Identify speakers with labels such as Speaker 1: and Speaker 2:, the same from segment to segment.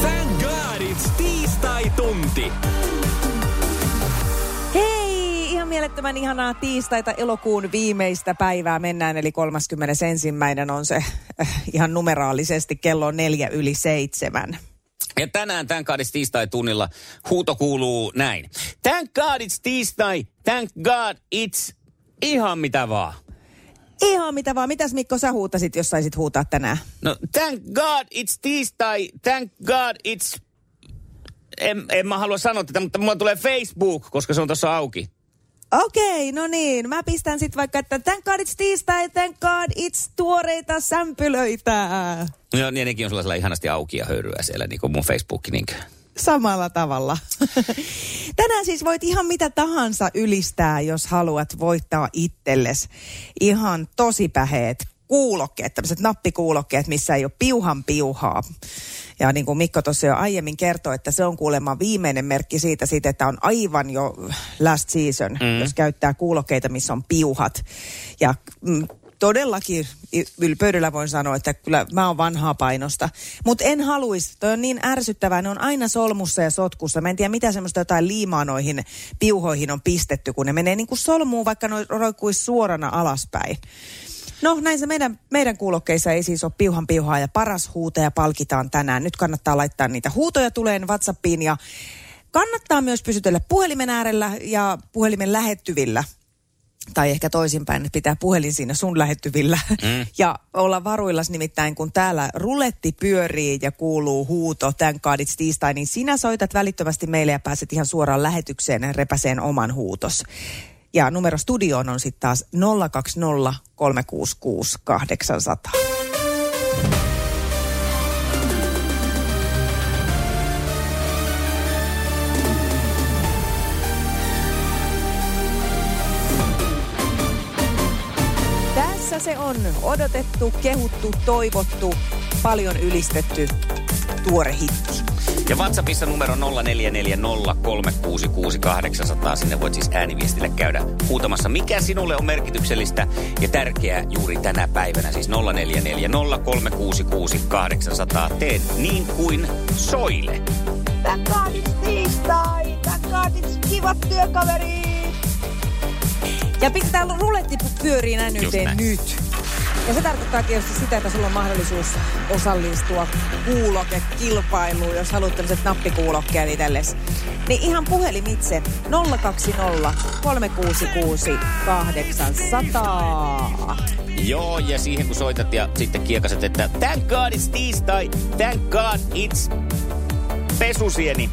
Speaker 1: Thank God it's tiistai-tunti.
Speaker 2: Hei! Ihan mielettömän ihanaa tiistaita elokuun viimeistä päivää mennään, eli 31. on se äh, ihan numeraalisesti kello neljä yli seitsemän.
Speaker 3: Ja tänään Thank God It's tiistai-tunnilla huuto kuuluu näin. Thank God It's tiistai, thank God It's ihan mitä vaan.
Speaker 2: Ihan mitä vaan. Mitäs Mikko sä huutasit, jos saisit huutaa tänään?
Speaker 3: No thank God It's tiistai, thank God It's... En, en mä halua sanoa tätä, mutta mulla tulee Facebook, koska se on tuossa auki.
Speaker 2: Okei, no niin. Mä pistän sit vaikka, että thank god it's tiistai, thank god it's tuoreita sämpylöitä.
Speaker 3: No niin, nekin on sellaisella ihanasti auki ja höyryä siellä, niin kuin mun Facebook. Niin kuin.
Speaker 2: Samalla tavalla. Tänään siis voit ihan mitä tahansa ylistää, jos haluat voittaa itselles ihan tosi päheet kuulokkeet, tämmöiset nappikuulokkeet, missä ei ole piuhan piuhaa. Ja niin kuin Mikko tuossa jo aiemmin kertoi, että se on kuulemma viimeinen merkki siitä, siitä että on aivan jo last season, mm. jos käyttää kuulokkeita, missä on piuhat. Ja mm, todellakin y- ylpeydellä voin sanoa, että kyllä mä oon vanhaa painosta. Mutta en haluaisi, toi on niin ärsyttävää, ne on aina solmussa ja sotkussa. Mä en tiedä, mitä semmoista jotain liimaa noihin piuhoihin on pistetty, kun ne menee niin kuin solmuun, vaikka ne roikkuisi suorana alaspäin. No näin se meidän, meidän kuulokkeissa ei siis ole piuhan piuhaa ja paras huutaja palkitaan tänään. Nyt kannattaa laittaa niitä huutoja tuleen WhatsAppiin ja kannattaa myös pysytellä puhelimen äärellä ja puhelimen lähettyvillä. Tai ehkä toisinpäin, että pitää puhelin siinä sun lähettyvillä. Mm. Ja olla varuillas nimittäin, kun täällä ruletti pyörii ja kuuluu huuto tämän kaadits tiistai, niin sinä soitat välittömästi meille ja pääset ihan suoraan lähetykseen ja repäseen oman huutos. Ja numero studioon on sitten taas 020 366 800. Tässä se on odotettu, kehuttu, toivottu, paljon ylistetty tuore hitti.
Speaker 3: Ja WhatsAppissa numero 0440366800. Sinne voit siis ääniviestillä käydä huutamassa, mikä sinulle on merkityksellistä ja tärkeää juuri tänä päivänä. Siis 0440366800. Teen niin kuin Soile.
Speaker 4: Takaadits tiistai, takaadits kivat työkaverit.
Speaker 2: Ja pistetään ruletti pyörii näin
Speaker 3: Just
Speaker 2: yhteen
Speaker 3: näin.
Speaker 2: nyt. Ja se tarkoittaa tietysti sitä, että sulla on mahdollisuus osallistua kuulokekilpailuun, jos haluat tämmöiset nappikuulokkeet itsellesi. Niin ihan puhelimitse 020 366 800.
Speaker 3: Joo, ja siihen kun soitat ja sitten kiekaset, että thank god it's tiistai, thank god it's pesusieni.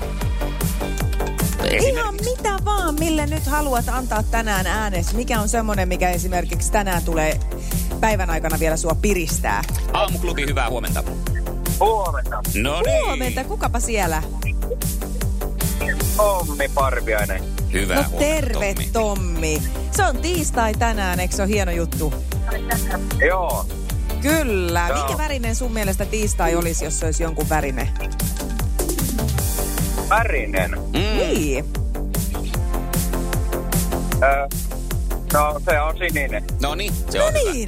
Speaker 2: Ihan mitä vaan, mille nyt haluat antaa tänään äänes. Mikä on semmonen, mikä esimerkiksi tänään tulee päivän aikana vielä sua piristää?
Speaker 3: Aamuklubi, hyvää huomenta.
Speaker 5: Huomenta.
Speaker 3: No niin.
Speaker 2: Huomenta, kukapa siellä?
Speaker 5: Tommi Parviainen.
Speaker 3: niin, Hyvää
Speaker 2: No
Speaker 3: huomenta,
Speaker 2: terve Tommi.
Speaker 3: Tommi.
Speaker 2: Se on tiistai tänään, eikö se ole hieno juttu?
Speaker 5: Joo.
Speaker 2: Kyllä.
Speaker 5: Joo.
Speaker 2: Minkä värinen sun mielestä tiistai olisi, jos se olisi jonkun värinen?
Speaker 5: Värinen.
Speaker 2: Mm.
Speaker 3: Mm.
Speaker 2: Niin.
Speaker 5: Öö, no, se on sininen.
Speaker 3: No niin, se
Speaker 2: No
Speaker 3: on hyvä.
Speaker 2: niin.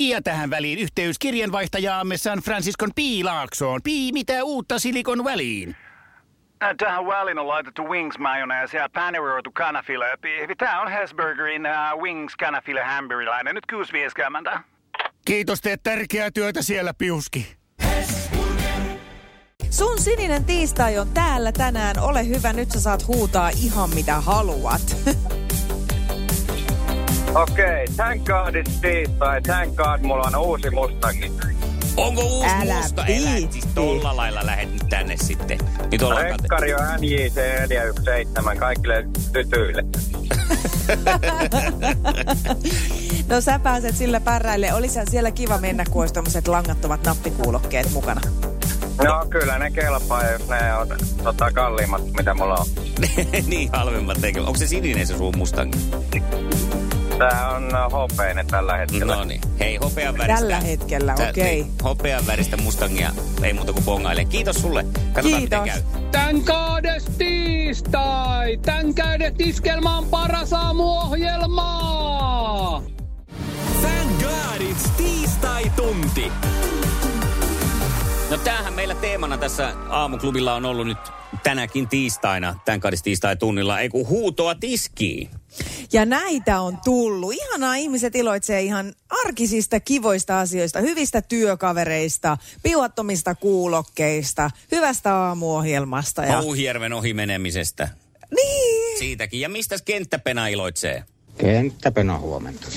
Speaker 6: Ja tähän väliin yhteys kirjanvaihtajaamme San Franciscon P. Laaksoon. P. Mitä uutta Silikon väliin?
Speaker 5: Äh, Tähän väliin on laitettu wings mayonnaise ja paneroitu kanafila. Tämä on Hesburgerin uh, wings kanafila hamburilainen. Nyt kuusi vieskäämäntä.
Speaker 6: Kiitos, teet tärkeää työtä siellä, Piuski.
Speaker 2: Sun sininen tiistai on täällä tänään. Ole hyvä, nyt sä saat huutaa ihan mitä haluat.
Speaker 7: Okei, okay, thank god it's tiistai, thank god mulla on uusi mustangi.
Speaker 3: Onko uusi
Speaker 2: Älä
Speaker 3: musta? Elä,
Speaker 2: piitti.
Speaker 3: siis tolla lailla lähet nyt tänne sitten. Nyt ollaan kate-
Speaker 7: Rekkari on NJC 417 kaikille tytyille.
Speaker 2: No sä pääset sillä pärräille. Olisihan siellä kiva mennä, kun olisi tommoset langattomat nappikuulokkeet mukana.
Speaker 7: No kyllä ne kelpaa, jos ne on tota, kalliimmat, mitä mulla on.
Speaker 3: niin halvemmat tekemään. Onko se sininen se sun mustangi?
Speaker 7: Tää on no, hopeinen tällä hetkellä.
Speaker 3: No niin. Hei, hopean väristä.
Speaker 2: Tällä hetkellä,
Speaker 3: Tää-
Speaker 2: okei.
Speaker 3: niin, Hopean väristä mustangia. Ei muuta kuin bongaile. Kiitos sulle. Katsotaan miten
Speaker 2: Kiitos.
Speaker 3: käy.
Speaker 8: Tän kaades tiistai! Tän kädet iskelmään paras aamuohjelmaa!
Speaker 1: Thank God it's tiistai-tunti.
Speaker 3: No tämähän meillä teemana tässä aamuklubilla on ollut nyt tänäkin tiistaina, tämän kadis tiistai tunnilla, ei kun huutoa tiskiin.
Speaker 2: Ja näitä on tullut. Ihanaa, ihmiset iloitsee ihan arkisista kivoista asioista, hyvistä työkavereista, piuhattomista kuulokkeista, hyvästä aamuohjelmasta. Ja...
Speaker 3: Ouhijärven ohi menemisestä.
Speaker 2: Niin,
Speaker 3: Siitäkin. Ja mistä kenttäpena iloitsee?
Speaker 9: Kenttäpena huomenta.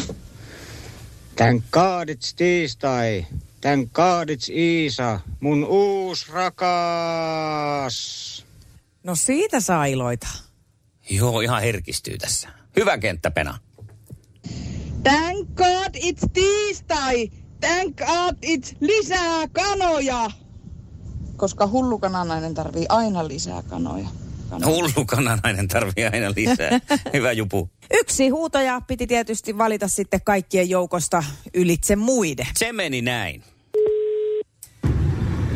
Speaker 9: Tän kaadits tiistai, tän kaadits Iisa, mun uus rakas.
Speaker 2: no siitä saa iloita.
Speaker 3: Joo, ihan herkistyy tässä. Hyvä kenttäpena.
Speaker 4: Thank God it's tiistai! Thank God it's lisää kanoja! Koska hullu kananainen tarvii aina lisää kanoja.
Speaker 3: Hullu kananainen tarvii aina lisää. Hyvä jupu.
Speaker 2: Yksi huutoja piti tietysti valita sitten kaikkien joukosta ylitse muiden.
Speaker 3: Se meni näin.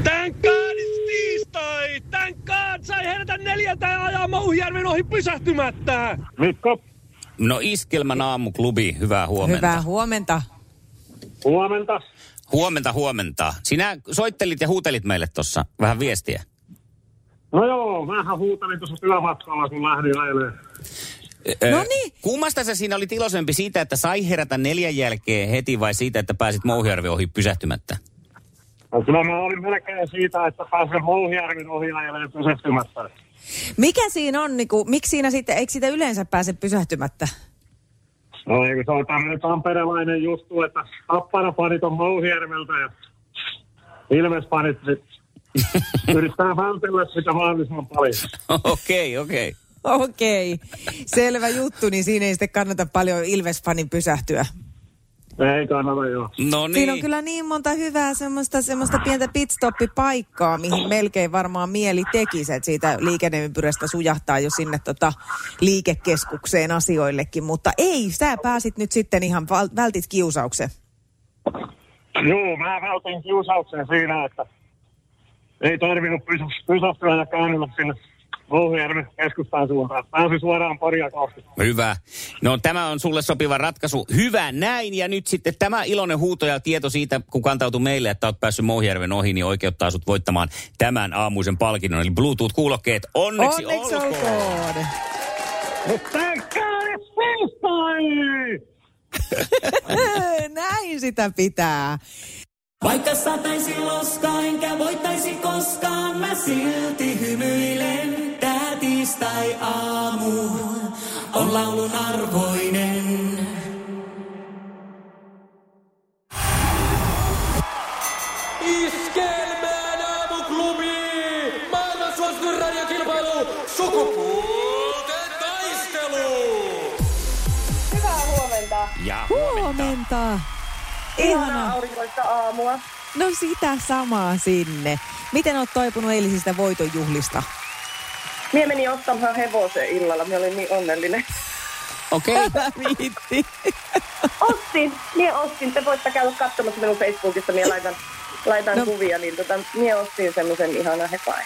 Speaker 8: Tän kaades tiistai! Tän kaad sai herätä neljältä ajaa Mauhijärven ohi pysähtymättä!
Speaker 10: Mikko,
Speaker 3: No iskelmän aamuklubi, hyvää huomenta.
Speaker 2: Hyvää huomenta.
Speaker 10: huomenta.
Speaker 3: Huomenta, huomenta. Sinä soittelit ja huutelit meille tuossa vähän viestiä.
Speaker 10: No joo, mähän huutelin tuossa työmatkalla, kun lähdin ajelemaan.
Speaker 2: No niin.
Speaker 3: Kummasta sä siinä oli tilosempi siitä, että sai herätä neljän jälkeen heti vai siitä, että pääsit Mouhijärvi ohi pysähtymättä?
Speaker 10: No kyllä mä olin melkein siitä, että pääsen Holmjärven ohi ajelemaan pysähtymättä.
Speaker 2: Mikä siinä on, niinku, miksi siinä sitten, eikö sitä yleensä pääse pysähtymättä?
Speaker 10: No eikö se on tämmöinen tamperelainen juttu, että tapparafanit on Mouhijärveltä ja Ilvesfanit sit yrittää vältellä sitä mahdollisimman paljon.
Speaker 3: Okei, okei.
Speaker 2: Okei, selvä juttu, niin siinä ei sitten kannata paljon Ilves-fanin pysähtyä.
Speaker 10: Ei kannata joo.
Speaker 3: No niin.
Speaker 2: Siinä on kyllä niin monta hyvää semmoista, semmoista pientä pitstoppipaikkaa, mihin melkein varmaan mieli tekisi, että siitä liikenneympyrästä sujahtaa jo sinne tota liikekeskukseen asioillekin, mutta ei, sä pääsit nyt sitten ihan, val- vältit kiusauksen.
Speaker 10: Joo, mä vältin kiusauksen siinä, että ei tarvinnut pysy- pysähtyä ja käännellä sinne Louhijärven keskustaan suuntaan. Pääsi suoraan paria kohti.
Speaker 3: Hyvä. No tämä on sulle sopiva ratkaisu. Hyvä näin. Ja nyt sitten tämä iloinen huuto ja tieto siitä, kun kantautui meille, että olet päässyt Mouhijärven ohi, niin oikeuttaa sut voittamaan tämän aamuisen palkinnon. Eli Bluetooth-kuulokkeet. Onneksi,
Speaker 2: Onneksi olkoon! Näin sitä pitää.
Speaker 11: Vaikka sataisi loskaa, enkä voittaisi koskaan, mä silti hymyilen. Tää tiistai aamu on laulun arvoinen.
Speaker 8: Iskelmään aamuklubi! Maailman suosituin radiokilpailu! Sukupuolten taistelu!
Speaker 4: Hyvää huomenta.
Speaker 3: Ja huomenta.
Speaker 2: Huomenta! Ihanaa!
Speaker 4: aurinkoista aamua.
Speaker 2: No sitä samaa sinne. Miten oot toipunut eilisistä voitonjuhlista?
Speaker 4: Mie menin ostamaan hevosen illalla, minä olin niin onnellinen.
Speaker 3: Okei.
Speaker 2: Viitti.
Speaker 4: Ostin, mie ostin. Te voitte käydä katsomassa minun Facebookista, mie laitan, laitan
Speaker 2: No.
Speaker 4: no. kuvia, niin tota, mie ostin semmoisen ihanan hepain.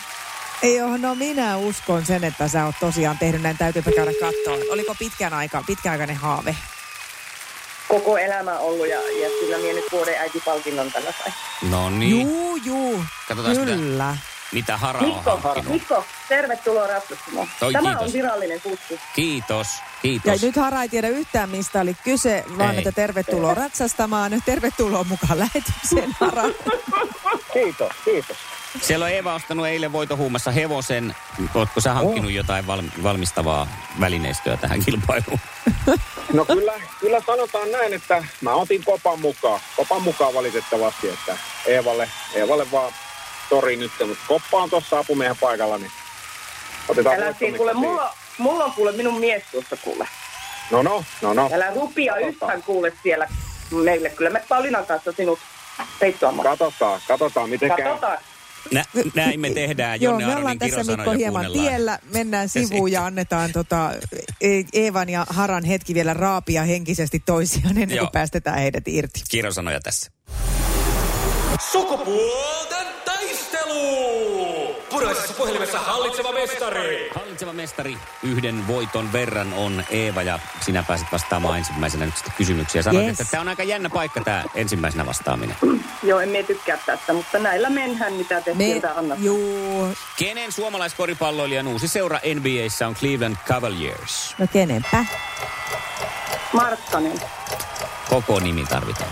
Speaker 2: Joo, no minä uskon sen, että sä oot tosiaan tehnyt näin. Täytyypä käydä katsoa. Oliko pitkän aika, pitkäaikainen haave?
Speaker 4: Koko elämä ollut ja, ja kyllä mie nyt vuoden äitipalkinnon tällä sain.
Speaker 3: No niin.
Speaker 2: Juu, juu.
Speaker 3: Katsotaan sitä.
Speaker 2: Kyllä.
Speaker 3: Mitä no, Hara on
Speaker 4: Mikko,
Speaker 3: hankkinut.
Speaker 4: Mikko, tervetuloa ratsastamaan.
Speaker 3: Toi
Speaker 4: Tämä
Speaker 3: kiitos.
Speaker 4: on virallinen kutsu.
Speaker 3: Kiitos.
Speaker 2: Ja
Speaker 3: Kiitos.
Speaker 2: nyt Hara ei tiedä yhtään, mistä oli kyse, vaan
Speaker 3: Ei.
Speaker 2: että tervetuloa ratsastamaan. Tervetuloa mukaan lähetykseen, Hara.
Speaker 7: Kiitos, kiitos.
Speaker 3: Siellä on Eeva ostanut eilen voitohuumassa hevosen. Ootko sä hankkinut oh. jotain valmi- valmistavaa välineistöä tähän kilpailuun?
Speaker 12: No kyllä, kyllä sanotaan näin, että mä otin kopan mukaan. Kopan mukaan valitettavasti, että Eevalle, Eevalle vaan tori nyt, mutta koppa on tuossa apumiehen paikalla, niin otetaan
Speaker 13: Älä siinä
Speaker 12: voittomikko
Speaker 13: kuule,
Speaker 12: siihen.
Speaker 13: mulla, mulla on kuule minun mies tuossa kuule.
Speaker 12: No no, no no.
Speaker 13: Älä rupia yhtään kuule siellä meille. Kyllä me Paulinan kanssa sinut peittoamaan.
Speaker 12: Katsotaan, katsotaan miten
Speaker 13: Katsotaan.
Speaker 3: Nä, näin me tehdään,
Speaker 2: Joo,
Speaker 3: Jonne
Speaker 2: me ollaan
Speaker 3: Arnin
Speaker 2: tässä Mikko
Speaker 3: kirosanoja
Speaker 2: hieman
Speaker 3: kuunnellaan.
Speaker 2: tiellä. Mennään sivuun ja annetaan tota, e- Eevan ja Haran hetki vielä raapia henkisesti toisiaan ennen
Speaker 3: Joo.
Speaker 2: kuin päästetään heidät irti.
Speaker 3: Kirosanoja tässä.
Speaker 11: Sukupuolten taistelu! Puraisessa puhelimessa hallitseva mestari.
Speaker 3: Hallitseva mestari yhden voiton verran on Eeva ja sinä pääset vastaamaan ensimmäisenä nyt sitten kysymyksiä. Sanoit,
Speaker 13: Yes.
Speaker 3: yes. että tämä on aika jännä paikka tämä ensimmäisenä vastaaminen.
Speaker 13: Joo, en mie tykkää tästä, mutta näillä menhän, mitä te me... sieltä annat.
Speaker 2: Juu.
Speaker 3: Kenen suomalaiskoripalloilijan uusi seura NBA:ssä on Cleveland Cavaliers?
Speaker 2: No kenenpä?
Speaker 13: Marttanen.
Speaker 3: Koko nimi tarvitaan.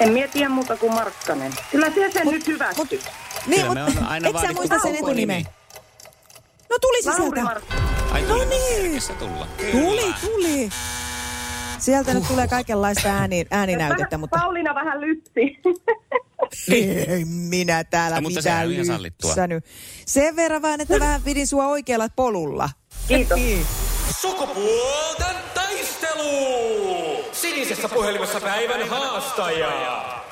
Speaker 13: En mie tiedä muuta kuin Markkanen. Kyllä se sen nyt hyväksy.
Speaker 2: Niin,
Speaker 3: Kyllä me
Speaker 2: mutta
Speaker 3: on aina
Speaker 2: et sä
Speaker 3: vaadittu
Speaker 2: muista sen
Speaker 3: koko
Speaker 2: etunimeä?
Speaker 3: nimi.
Speaker 2: No tuli se
Speaker 13: Lauri
Speaker 2: sieltä.
Speaker 3: Ai
Speaker 2: No
Speaker 3: tuli
Speaker 2: niin.
Speaker 3: se tulla.
Speaker 2: Tuli, tuli. Sieltä nyt tulee kaikenlaista ääni, ääninäytettä, mutta...
Speaker 13: Pauliina vähän lypsi.
Speaker 2: Ei minä täällä
Speaker 3: Niin. Mutta sehän
Speaker 2: mitään
Speaker 3: on ihan sallittua.
Speaker 2: lypsänyt. Sen verran vaan, että vähän pidin sua oikealla polulla. Niin.
Speaker 13: Kiitos.
Speaker 11: Sukupuolten taistelu! Sinisessä puhelimessa päivän haastaja.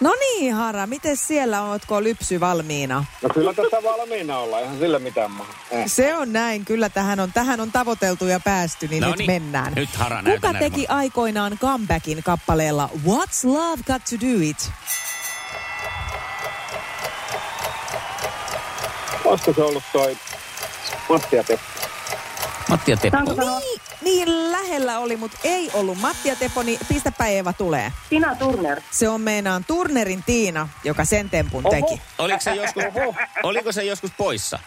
Speaker 2: No niin, Hara, miten siellä ootko lypsy valmiina?
Speaker 12: No kyllä tässä valmiina ollaan, ihan sillä mitään maha. Eh.
Speaker 2: Se on näin, kyllä tähän on, tähän on tavoiteltu ja päästy, niin
Speaker 3: No
Speaker 2: nyt
Speaker 3: niin.
Speaker 2: mennään.
Speaker 3: Nyt Hara, näytä
Speaker 2: Kuka
Speaker 3: närmältä.
Speaker 2: teki aikoinaan comebackin kappaleella What's Love Got To Do It?
Speaker 12: Olisiko se ollut toi Matti ja Teppo?
Speaker 3: Matti ja Teppo.
Speaker 13: Saanko sanoa?
Speaker 2: Niin, niin lähellä oli, mutta ei ollut. Matti ja Teppo, niin pistäpä Eeva tulee.
Speaker 13: Tina Turner.
Speaker 2: Se on meinaan Turnerin Tiina, joka sen tempun teki.
Speaker 3: Oliko se joskus, oliko se joskus poissa?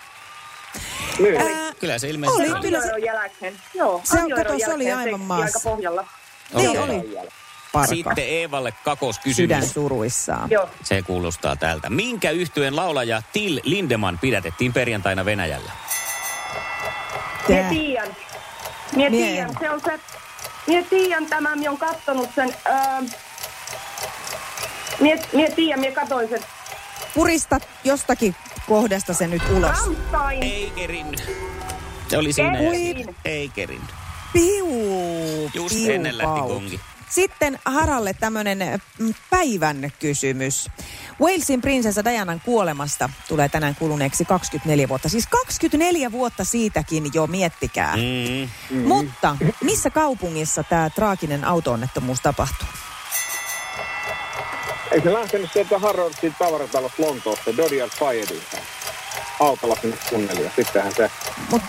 Speaker 12: Niin.
Speaker 2: Ää,
Speaker 3: Kyllä se ilmeisesti
Speaker 2: oli, kyllä se,
Speaker 13: Avioeron jälkeen. Joo,
Speaker 2: Se on-
Speaker 13: avioeron
Speaker 2: kato, se oli
Speaker 13: jälkeen
Speaker 2: aivan
Speaker 13: seksi
Speaker 2: maassa.
Speaker 13: Aika pohjalla.
Speaker 2: niin
Speaker 3: Okei.
Speaker 2: oli. Parka.
Speaker 3: Sitten Eevalle
Speaker 2: sydän
Speaker 3: kakoskysymys.
Speaker 2: suruissaan.
Speaker 13: Joo.
Speaker 3: Se kuulostaa tältä. Minkä yhtyeen laulaja Till Lindemann pidätettiin perjantaina Venäjällä?
Speaker 13: Mie
Speaker 2: Tää.
Speaker 13: tiedän. Mie
Speaker 2: Mie
Speaker 13: tiedän.
Speaker 2: en.
Speaker 13: Se on se... Mie tiedän tämän, mie on kattonut sen... Ää, mie, mie tiedän, mie katoin sen.
Speaker 2: Purista jostakin kohdasta se nyt ulos.
Speaker 13: Rammstein.
Speaker 3: Eigerin. Se oli siinä.
Speaker 13: Ei.
Speaker 3: ja- Eigerin.
Speaker 2: Piu,
Speaker 3: Just
Speaker 2: piu,
Speaker 3: ennen lähti
Speaker 2: pau.
Speaker 3: kongi.
Speaker 2: Sitten Haralle tämmöinen päivän kysymys. Walesin prinsessa Dianan kuolemasta tulee tänään kuluneeksi 24 vuotta. Siis 24 vuotta siitäkin jo, miettikää. Mm.
Speaker 3: Mm.
Speaker 2: Mutta missä kaupungissa tämä traaginen auto-onnettomuus tapahtui?
Speaker 12: Eikö se lähtenyt sieltä Harrodsin tavaratalosta Lontoosta, Dodian Fayedilta? Autolla sinne tunnelilla. Sittenhän se...
Speaker 2: Mut-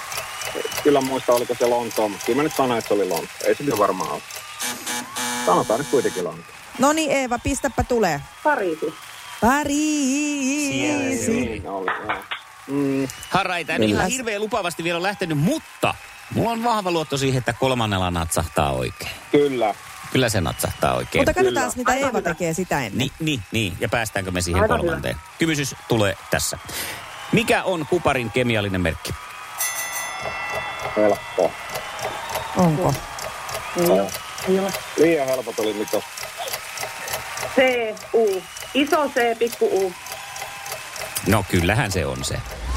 Speaker 12: Kyllä muista, oliko se Lontoa, mutta kyllä mä nyt sanoin, että se oli Lontoa. Ei se nyt varmaan ole. Sanotaan nyt kuitenkin Lontoa.
Speaker 2: No niin Eeva, pistäpä tulee.
Speaker 13: Pariisi.
Speaker 2: Pariisi.
Speaker 12: Niin oli, joo. Mm,
Speaker 3: Harra ei tämä ihan hirveän lupaavasti vielä lähtenyt, mutta mulla on vahva luotto siihen, että kolmannella natsahtaa oikein.
Speaker 12: kyllä.
Speaker 3: Kyllä se natsahtaa oikein.
Speaker 2: Mutta katsotaan, mitä
Speaker 13: Aivan
Speaker 2: Eeva
Speaker 13: hyvä.
Speaker 2: tekee sitä ennen.
Speaker 3: Niin, niin, niin. Ja päästäänkö me siihen
Speaker 13: Aivan
Speaker 3: kolmanteen? Kysymys tulee tässä. Mikä on kuparin kemiallinen merkki?
Speaker 12: Helppo.
Speaker 3: Niin.
Speaker 2: Onko?
Speaker 12: Liian helpot oli nyt tossa.
Speaker 13: C, U. Iso C, pikku U.
Speaker 3: No kyllähän se on se.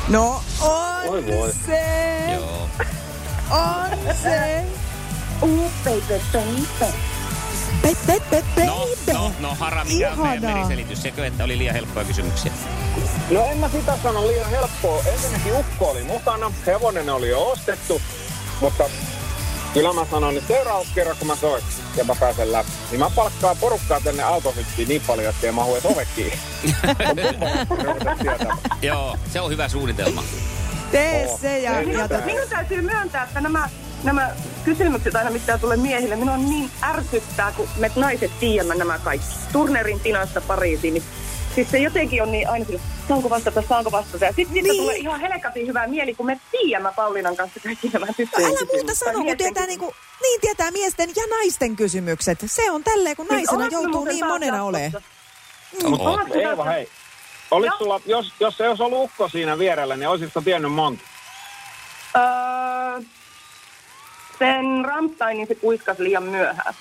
Speaker 2: No on
Speaker 12: Voi voi.
Speaker 2: se,
Speaker 3: Joo.
Speaker 2: on se.
Speaker 13: U, baby, baby.
Speaker 2: Pe, pe, pe, pe,
Speaker 3: No, no, no Hara, mikä on meidän
Speaker 2: Ihanaa.
Speaker 3: meriselitys? Sekö, että oli liian helppoja kysymyksiä?
Speaker 12: No en mä sitä sano liian helppoa. Ensinnäkin ukko oli mukana, hevonen oli jo ostettu, mutta kyllä mä sanon, että seuraava kerran kun mä soin ja mä pääsen läpi, niin mä palkkaan porukkaa tänne autohyttiin niin paljon, ettei mahu edes ovekiin.
Speaker 3: Joo, se on hyvä suunnitelma.
Speaker 2: Tee se ja, ja
Speaker 13: Minun,
Speaker 2: tota,
Speaker 13: minun täytyy myöntää, että nämä, nämä kysymykset aina, mitä tulee miehille, minua niin ärsyttää, kun me naiset tiedämme nämä kaikki. Turnerin tinasta Pariisiin, niin siis se jotenkin on niin aina sillä, saanko vastata, saanko vastata. Ja sitten niin.
Speaker 2: Niin.
Speaker 13: tulee ihan helkatin hyvä mieli, kun me tiedämme Paulinan kanssa kaikki nämä
Speaker 2: Älä
Speaker 13: tyttöjen
Speaker 2: muuta
Speaker 13: kysymykset.
Speaker 2: sano,
Speaker 13: Tai
Speaker 2: kun
Speaker 13: miesten
Speaker 2: tietää
Speaker 13: kysymykset.
Speaker 2: niinku, niin tietää miesten ja naisten kysymykset. Se on tälleen, kun
Speaker 13: Siis
Speaker 2: naisena
Speaker 13: olet
Speaker 2: joutuu
Speaker 13: muuten
Speaker 2: niin
Speaker 13: taas
Speaker 2: monena
Speaker 13: jatkossa.
Speaker 2: olemaan.
Speaker 3: Oot.
Speaker 13: Olet sinä-
Speaker 12: Eeva, hei. Olis sulla, jos, jos ei olisi ollut ukko siinä vierellä, niin olisitko tiennyt monta?
Speaker 13: Öö, sen Rammsteinin se kuiskas liian myöhään.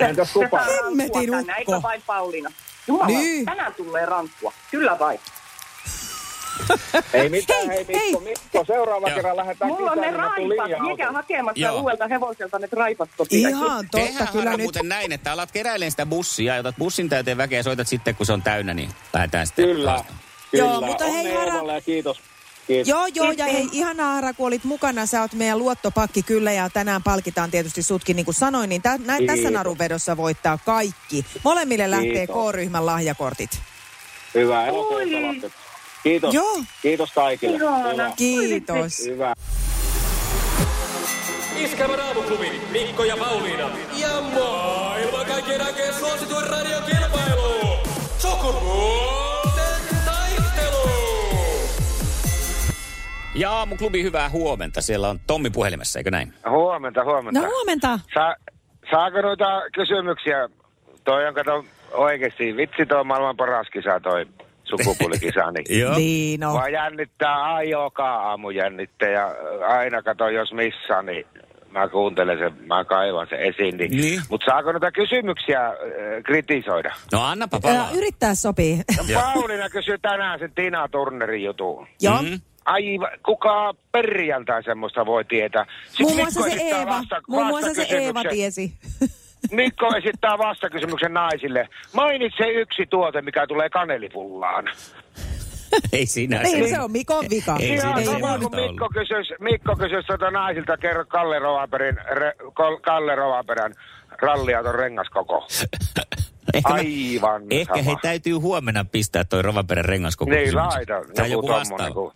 Speaker 12: Entäs kupa?
Speaker 13: Hemmetin ukko. Eikö vain Pauliina? Jumala, niin. tänään tulee rankkua. Kyllä vai.
Speaker 12: Ei mitään, hei, hei Mikko, Mikko, seuraava
Speaker 13: Joo.
Speaker 12: kerran lähdetään
Speaker 13: Mulla on ne
Speaker 12: kisaan, niin mä tuun
Speaker 13: raipat.
Speaker 12: linja-autolla.
Speaker 13: Mikä hakemassa
Speaker 3: Joo.
Speaker 13: uudelta hevoselta ne raipat kotiin.
Speaker 2: Ihan totta,
Speaker 3: Tehdään
Speaker 2: kyllä
Speaker 3: Hanna,
Speaker 2: nyt.
Speaker 3: muuten näin, että alat keräilemään sitä bussia, otat bussin täyteen väkeä ja soitat sitten, kun se on täynnä, niin lähdetään sitten.
Speaker 12: Kyllä, kyllä.
Speaker 2: Joo, mutta hei,
Speaker 12: Onnea
Speaker 2: Hara-
Speaker 12: Eevalle ja kiitos. Kiitos.
Speaker 2: Joo, joo, ja hei, ihanaa Hara, kun olit mukana. Sä oot meidän luottopakki kyllä, ja tänään palkitaan tietysti sutkin, niin kuin sanoin, niin tä, nä, tässä
Speaker 12: Kiitos.
Speaker 2: narunvedossa voittaa kaikki. Molemmille lähtee
Speaker 12: Kiitos.
Speaker 2: K-ryhmän lahjakortit.
Speaker 12: Hyvää elokuuta lapset. Kiitos.
Speaker 2: Joo.
Speaker 12: Kiitos kaikille.
Speaker 13: Ihana.
Speaker 12: Hyvä.
Speaker 2: Kiitos.
Speaker 12: Hyvä.
Speaker 11: Iskävä raamuklubi, Mikko ja Pauliina. Ja maailman kaikkien aikeen suosituen radiokilpailu. Sukupuolten taistelu.
Speaker 3: Ja aamuklubi, hyvää huomenta. Siellä on Tommi puhelimessa, eikö näin?
Speaker 7: Huomenta, huomenta.
Speaker 2: No huomenta.
Speaker 7: Saa, saako noita kysymyksiä? Toi on kato oikeesti. Vitsi toi maailman paras kisa toi sukupuolikisa. Niin.
Speaker 2: Niin, no.
Speaker 7: Mua jännittää ai joka aamu jännittää ja aina kato jos missä niin mä kuuntelen sen, mä kaivan sen esiin. Niin.
Speaker 3: Niin.
Speaker 7: Mutta saako noita kysymyksiä äh, kritisoida?
Speaker 3: No annapa
Speaker 2: Ää,
Speaker 3: palaa.
Speaker 2: yrittää sopii.
Speaker 7: Mm-hmm.
Speaker 3: Joo.
Speaker 7: Pauliina kysyi tänään sen Tina Turnerin jutun.
Speaker 2: Joo.
Speaker 3: Mhm.
Speaker 7: Aivan, kuka perjantai semmoista voi tietää. Siis
Speaker 2: Muun muassa
Speaker 7: Mikko
Speaker 2: se
Speaker 7: esittää
Speaker 2: Eeva,
Speaker 7: vasta-
Speaker 2: muun muassa se
Speaker 7: vastakysymyksen.
Speaker 2: Eeva tiesi.
Speaker 7: Mikko esittää vastakysymyksen naisille. Mainitse yksi tuote, mikä tulee kanelipullaan.
Speaker 3: Ei sinä
Speaker 2: Ei, Niin, se on Mikon vika.
Speaker 3: Ei siinä
Speaker 7: Ihan
Speaker 3: ei
Speaker 7: sama,
Speaker 3: semmoista
Speaker 7: kun
Speaker 3: ollut.
Speaker 7: Mikko kysyisi, Mikko kysyisi tuota naisilta, kerro Kalle Rovanperän, re, Kol- Kalle Rovanperän ralliauton rengaskoko.
Speaker 3: Ehkä, mä-
Speaker 7: Aivan
Speaker 3: ehkä
Speaker 7: sama.
Speaker 3: hei täytyy huomenna pistää toi Rovanperän rengas koko
Speaker 7: Niin,
Speaker 3: kysymys.
Speaker 7: laita
Speaker 3: Tai
Speaker 7: joku
Speaker 3: joku
Speaker 7: tommonen.
Speaker 3: vastaava.
Speaker 7: Kun...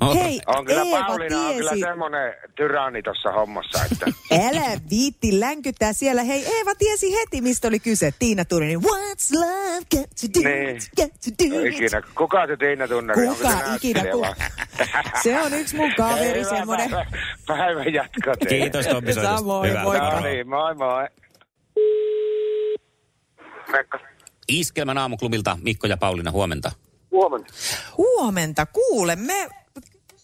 Speaker 3: Oh.
Speaker 2: Hei,
Speaker 7: On kyllä
Speaker 2: Eeva
Speaker 7: Pauliina on kyllä
Speaker 2: tiesi.
Speaker 7: semmoinen tyranni tuossa hommassa, että...
Speaker 2: Älä viitti länkyttää siellä. Hei, Eeva tiesi heti, mistä oli kyse. Tiina Turunen, what's love got to do
Speaker 7: Niin.
Speaker 2: it, got to do
Speaker 7: No
Speaker 2: it.
Speaker 7: Ikinä. Kuka se Tiina Tunnari on?
Speaker 2: Kuka ikinä, kuka? Se on yksi mun kaveri semmoinen.
Speaker 7: Päivä jatko teille.
Speaker 3: Kiitos Tommi soitosta.
Speaker 2: Samoin,
Speaker 3: Hyvää
Speaker 2: moikka.
Speaker 7: No
Speaker 3: päivää.
Speaker 7: niin, moi moi.
Speaker 3: Iskelmän aamuklubilta Mikko ja Pauliina huomenta.
Speaker 14: Huomenta.
Speaker 2: Huomenta, kuule. Me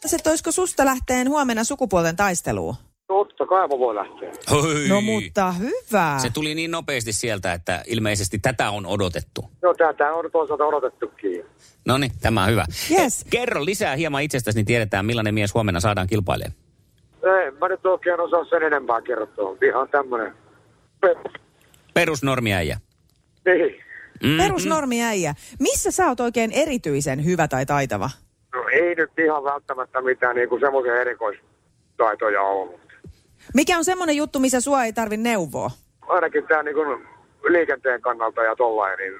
Speaker 2: se toisko susta lähteen huomenna sukupuolten taisteluun.
Speaker 14: Totta kai mä voi lähteä.
Speaker 3: Hoi.
Speaker 2: No mutta hyvä.
Speaker 3: Se tuli niin nopeasti sieltä, että ilmeisesti tätä on odotettu.
Speaker 14: No tätä on toisaalta odotettukin.
Speaker 3: No niin, tämä on hyvä. Eh,
Speaker 2: Yes.
Speaker 3: Kerro lisää hieman itsestäsi, niin tiedetään millainen mies huomenna saadaan kilpailemaan.
Speaker 14: Ei, mä nyt oikein osaa sen enempää kertoa. Ihan tämmönen. pe-
Speaker 3: Perusnormiäijä.
Speaker 14: Niin.
Speaker 3: Mm.
Speaker 2: Perusnormi äijä. Missä sä oot oikein erityisen hyvä tai taitava?
Speaker 14: No ei nyt ihan välttämättä mitään niinku semmoisia erikoistaitoja ole. mutta
Speaker 2: Mikä on semmoinen juttu, missä sua ei tarvi neuvoa?
Speaker 14: Ainakin tää niinku liikenteen kannalta ja tollain, niin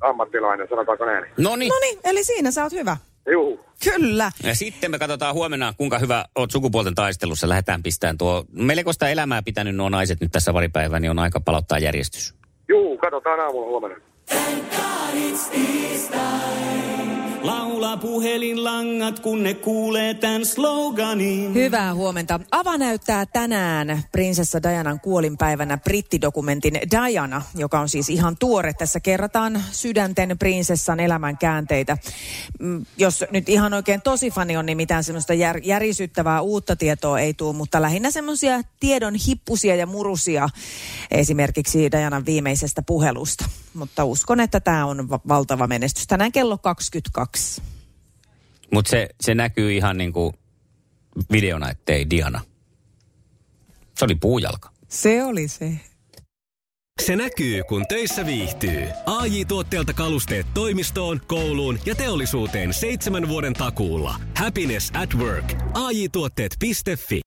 Speaker 14: ammattilainen, sanotaanko näin.
Speaker 3: No niin.
Speaker 2: No niin, eli siinä sä oot hyvä.
Speaker 14: Juu.
Speaker 2: Kyllä.
Speaker 3: Ja sitten me katsotaan huomenna, kuinka hyvä oot sukupuolten taistelussa. Lähdetään pistämään tuo melkoista elämää pitänyt nuo naiset nyt tässä pari päivää, niin on aika palauttaa järjestys.
Speaker 14: Juu, katsotaan aamulla huomenna.
Speaker 15: Laula puhelinlangat, kun ne kuulee tämän sloganin.
Speaker 2: Mm. Hyvää huomenta. Ava näyttää tänään prinsessa Dianan kuolinpäivänä brittidokumentin Diana, joka on siis ihan tuore. Tässä kerrataan sydänten prinsessan elämän käänteitä. Mm, Jos nyt ihan oikein tosi fani on, niin mitään semmoista jär, järisyttävää uutta tietoa ei tule, mutta lähinnä semmoisia tiedon hippusia ja murusia esimerkiksi Dianan viimeisestä puhelusta. Mutta uskon, että tämä on va- valtava menestys. Tänään kello 22.
Speaker 3: Mutta se, se näkyy ihan niin kuin videona, ettei Diana. Se oli puujalka.
Speaker 2: Se oli se.
Speaker 1: Se näkyy, kun töissä viihtyy. ai tuotteelta kalusteet toimistoon, kouluun ja teollisuuteen seitsemän vuoden takuulla. Happiness at work. AJ-tuotteet.fi.